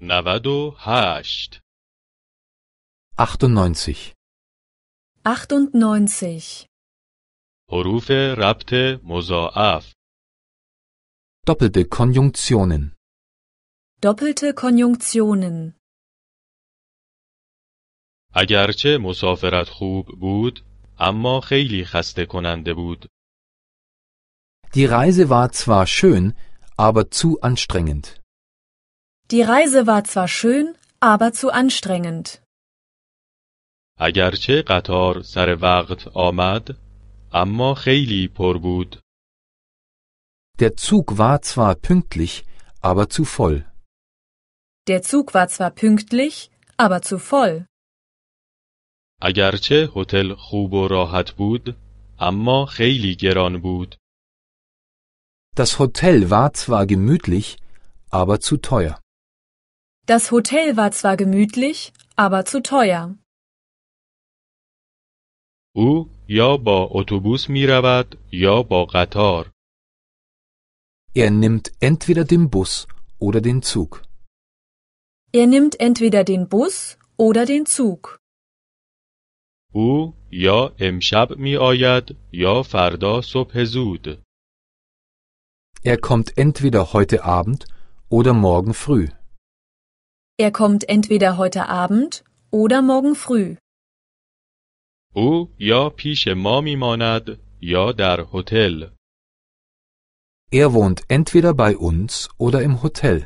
نود و هشت 98. 98. حروف ربط مضاعف Doppelte Konjunktionen. Doppelte Konjunktionen. اگرچه مسافرت خوب بود اما خیلی خسته کننده بود Die Reise war zwar schön, aber zu anstrengend. Die Reise war zwar schön, aber zu anstrengend. اگرچه قطار سر وقت آمد اما خیلی پر بود Der Zug war zwar pünktlich, aber zu voll. Der Zug war zwar pünktlich, aber zu voll. اگرچه هتل خوب و راحت بود اما خیلی گران بود Das Hotel war zwar gemütlich, aber zu teuer. Das Hotel war zwar gemütlich, aber zu teuer. او یا با اتوبوس می رود یا با قطار Er nimmt entweder den Bus oder den Zug. Er nimmt entweder den Bus oder den Zug. او یا امشب می آید یا فردا صبح زود Er kommt entweder heute Abend oder morgen früh. Er kommt entweder heute Abend oder morgen früh. او یا پیش ما می ماند یا در هتل Er wohnt entweder bei uns oder im Hotel.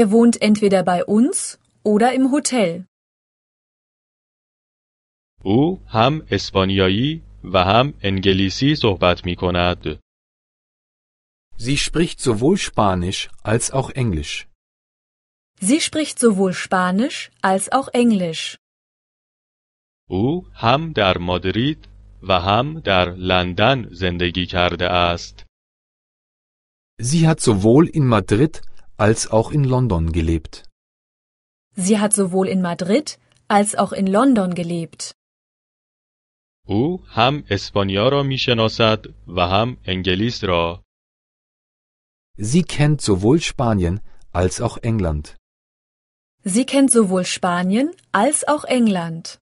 Er wohnt entweder bei uns oder im Hotel. او هم اسپانیایی و هم انگلیسی صحبت می کند. Sie spricht sowohl Spanisch als auch Englisch. Sie spricht sowohl Spanisch als auch Englisch. او هم در مادرید و هم در لندن زندگی کرده است. Sie hat sowohl in Madrid als auch in London gelebt. Sie hat sowohl in Madrid als auch in London gelebt. او هم اسپانیا را می شناسد و هم انگلیس را. Sie kennt sowohl Spanien als auch England. Sie kennt sowohl Spanien als auch England.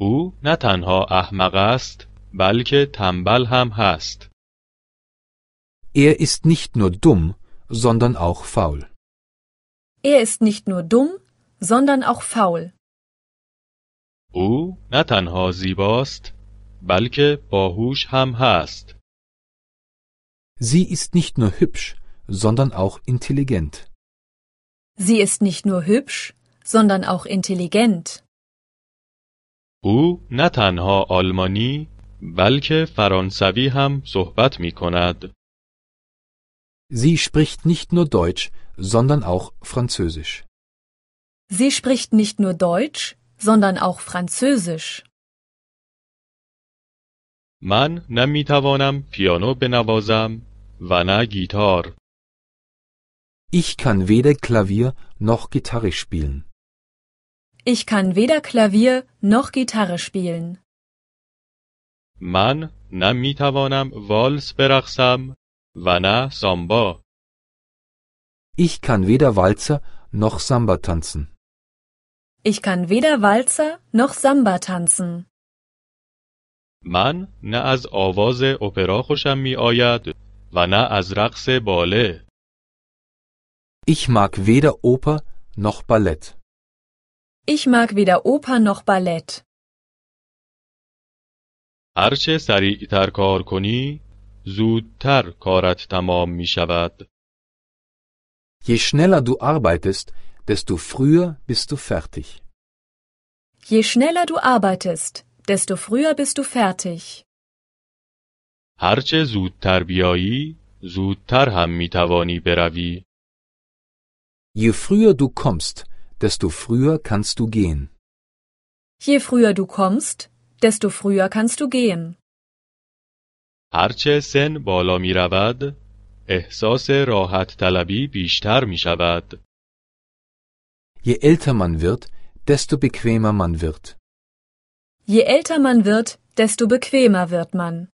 او نه تنها احمق است بلکه تنبل هم هست. Er ist nicht nur dumm, sondern auch faul. Er ist nicht nur dumm, sondern auch faul. او نه تنها زیباست بلکه باهوش هم هست. Sie ist nicht nur hübsch, sondern auch intelligent. Sie ist nicht nur hübsch, sondern auch intelligent. او نه تنها آلمانی بلکه فرانسوی هم صحبت می کند. Sie spricht nicht nur Deutsch, sondern auch Französisch. Sie spricht nicht nur Deutsch, sondern auch Französisch. من نه می توانم پیانو بنوازم و نه گیتار. Ich kann weder Klavier noch Gitarre spielen. Ich kann weder Klavier noch Gitarre spielen. من نه می توانم والس برقصم و نه سامبا. Ich kann weder Walzer noch Samba tanzen. Ich kann weder Walzer noch Samba tanzen. من نه از آواز اپرا خوشم می آید و نه از رقص باله. Ich mag weder Oper noch Ballett. Ich mag weder Oper noch Ballett. هرچه سریعتر کار کنی زودتر کارت تمام می شود. Je schneller du arbeitest, desto früher bist du fertig. Je schneller du arbeitest, desto früher bist du fertig. هرچه زودتر بیایی زودتر هم می توانی بروی. Je früher du kommst, desto früher kannst du gehen. Je früher du kommst, desto früher kannst du gehen. هرچه سن بالا می رود، احساس راحت طلبی بیشتر می شود. Je älter man wird, desto bequemer man wird. Je älter man wird, desto bequemer wird man.